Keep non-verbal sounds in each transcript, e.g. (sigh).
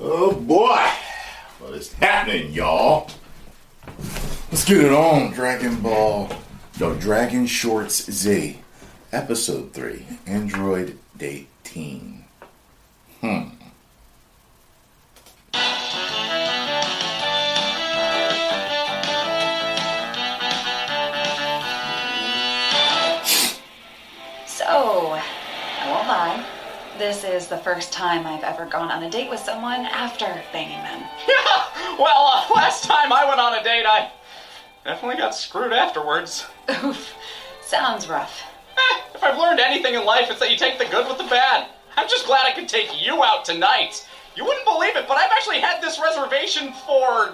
Oh boy, what is happening, y'all? Let's get it on, Dragon Ball. No, Dragon Shorts Z, Episode 3, Android Dating. So, I won't lie. This is the first time I've ever gone on a date with someone after banging them. (laughs) (laughs) well, uh, last time I went on a date, I definitely got screwed afterwards. Oof. Sounds rough. Eh, if I've learned anything in life, it's that you take the good with the bad. I'm just glad I could take you out tonight. You wouldn't believe it, but I've actually had this reservation for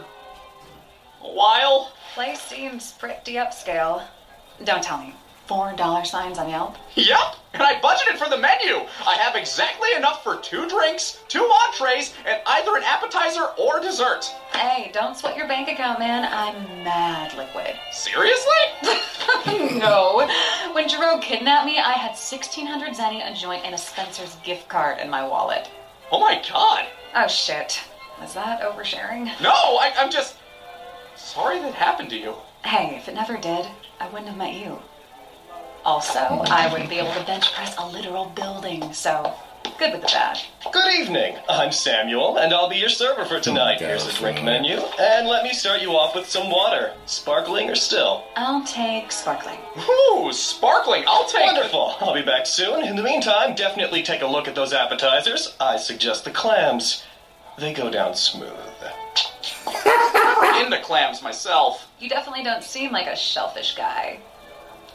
a while. Place seems pretty upscale. Don't tell me. Four dollar signs on Yelp? Yep, and I budgeted for the menu. I have exactly enough for two drinks, two entrees, and either an appetizer or dessert. Hey, don't sweat your bank account, man. I'm mad liquid. (laughs) Seriously? (laughs) no. When Jerome kidnapped me, I had 1600 zenny, a joint, and a Spencer's gift card in my wallet. Oh my god. Oh shit. Is that oversharing? No, I, I'm just sorry that happened to you. Hey, if it never did, I wouldn't have met you. Also, I wouldn't be able to bench press a literal building, so good with the bad. Good evening. I'm Samuel, and I'll be your server for tonight. Okay, Here's the drink okay. menu, and let me start you off with some water, sparkling or still. I'll take sparkling. Ooh, sparkling. I'll take Wonderful. I'll be back soon. In the meantime, definitely take a look at those appetizers. I suggest the clams. They go down smooth. it in the clams myself. You definitely don't seem like a shellfish guy.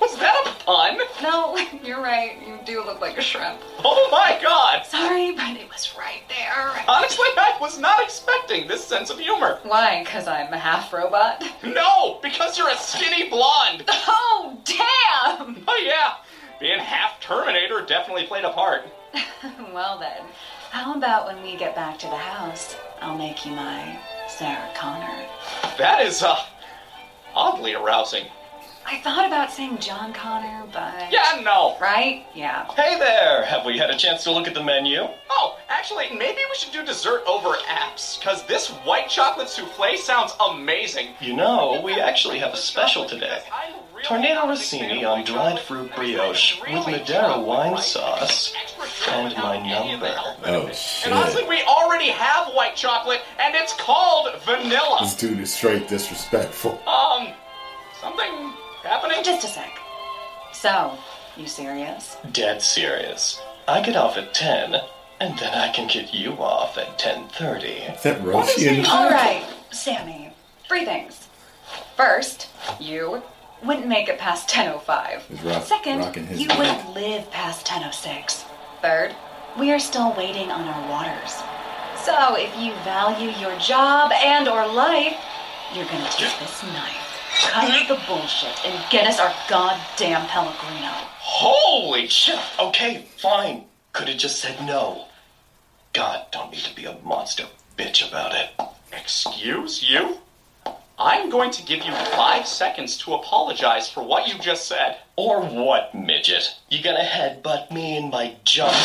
Was that a pun? No, (laughs) you're right. You do look like a shrimp. Oh my god. Sorry, but it was right there. Honestly, I was not expecting this sense of humor. Why? Because I'm half robot? (laughs) No, because you're a skinny blonde. Oh, damn! (laughs) Oh yeah, being half Terminator definitely played a part. Well then, how about when we get back to the house, I'll make you my Sarah Connor. That is uh, oddly arousing. I thought about saying John Connor, but. Yeah, no. Right? Yeah. Hey there! Have we had a chance to look at the menu? Oh, actually, maybe we should do dessert over apps, cause this white chocolate souffle sounds amazing. You know, we actually have a special today. Tornado Rossini on dried fruit brioche with Madeira wine sauce. and my number. Oh shit. And honestly, we already have white chocolate, and it's called vanilla. This dude is straight disrespectful. Um, something happening? Just a sec. So, (laughs) you serious? Dead serious. I get off at 10, and then I can get you off at 10.30. Is that Russian? All right, Sammy. Three things. First, you wouldn't make it past 10:05. He's rock- rocking Second, his you mic. wouldn't live past 10:06. Third, we are still waiting on our waters. So, if you value your job and or life, you're gonna take this knife, cut the bullshit, and get us our goddamn Pellegrino. Holy shit! Okay, fine. Could have just said no. God, don't need to be a monster bitch about it. Excuse you? I'm going to give you five seconds to apologize for what you just said. Or what, midget? You gonna headbutt me in my junk?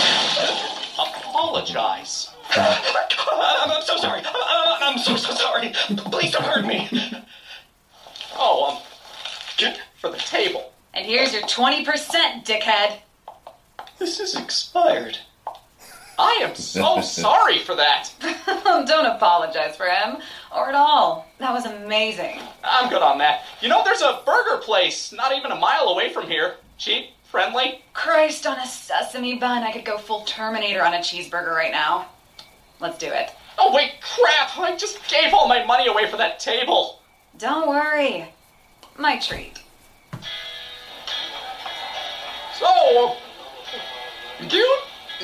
Apologize. I'm, I'm so sorry. Uh, I'm so, so sorry. Please don't hurt me. Oh, um, for the table. And here's your 20%, dickhead. This is expired. I (laughs) am so sorry for that. Don't apologize for him or at all. That was amazing. I'm good on that. You know, there's a burger place not even a mile away from here. Cheap, friendly. Christ on a sesame bun. I could go full Terminator on a cheeseburger right now. Let's do it. Oh, wait, crap! I just gave all my money away for that table. Don't worry. My treat. So, do you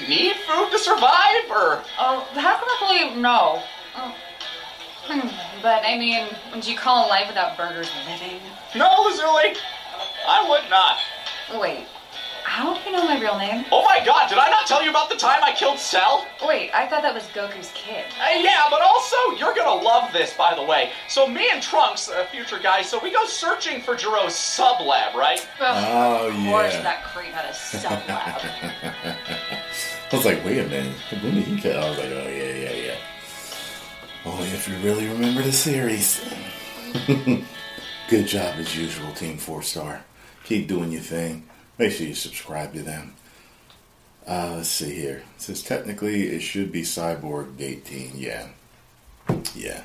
need food to survive, or Oh, how can I believe no? Oh. Hmm, But I mean, would you call life without burgers living? no, Lazuli? I would not. Oh, Wait, how do you know my real name? Oh, Oh my god, did I not tell you about the time I killed Cell? Wait, I thought that was Goku's kid. Uh, yeah, but also, you're gonna love this, by the way. So, me and Trunks, a future guy, so we go searching for Jiro's sub lab, right? Oh, of course yeah. that creep had a sub lab. I was like, wait a minute. When did he cut? I was like, oh yeah, yeah, yeah. Only if you really remember the series. (laughs) Good job as usual, Team Four Star. Keep doing your thing. Make sure you subscribe to them. Uh, let's see here. It says technically it should be Cyborg 18. Yeah, yeah.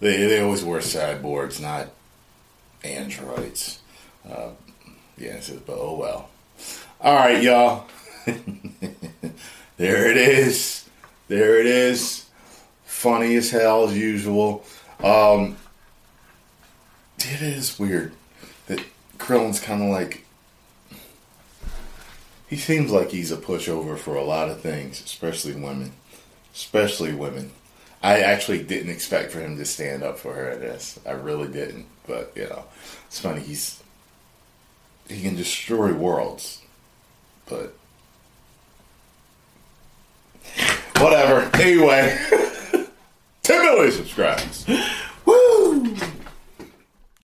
They they always were cyborgs, not androids. Uh, yeah, it says, but oh well. All right, y'all. there it is. There it is. Funny as hell as usual. Um, it is weird that Krillin's kind of like. He seems like he's a pushover for a lot of things, especially women. Especially women. I actually didn't expect for him to stand up for her at this. I really didn't. But, you know, it's funny. He's. He can destroy worlds. But. (laughs) Whatever. Anyway. 10 million subscribers.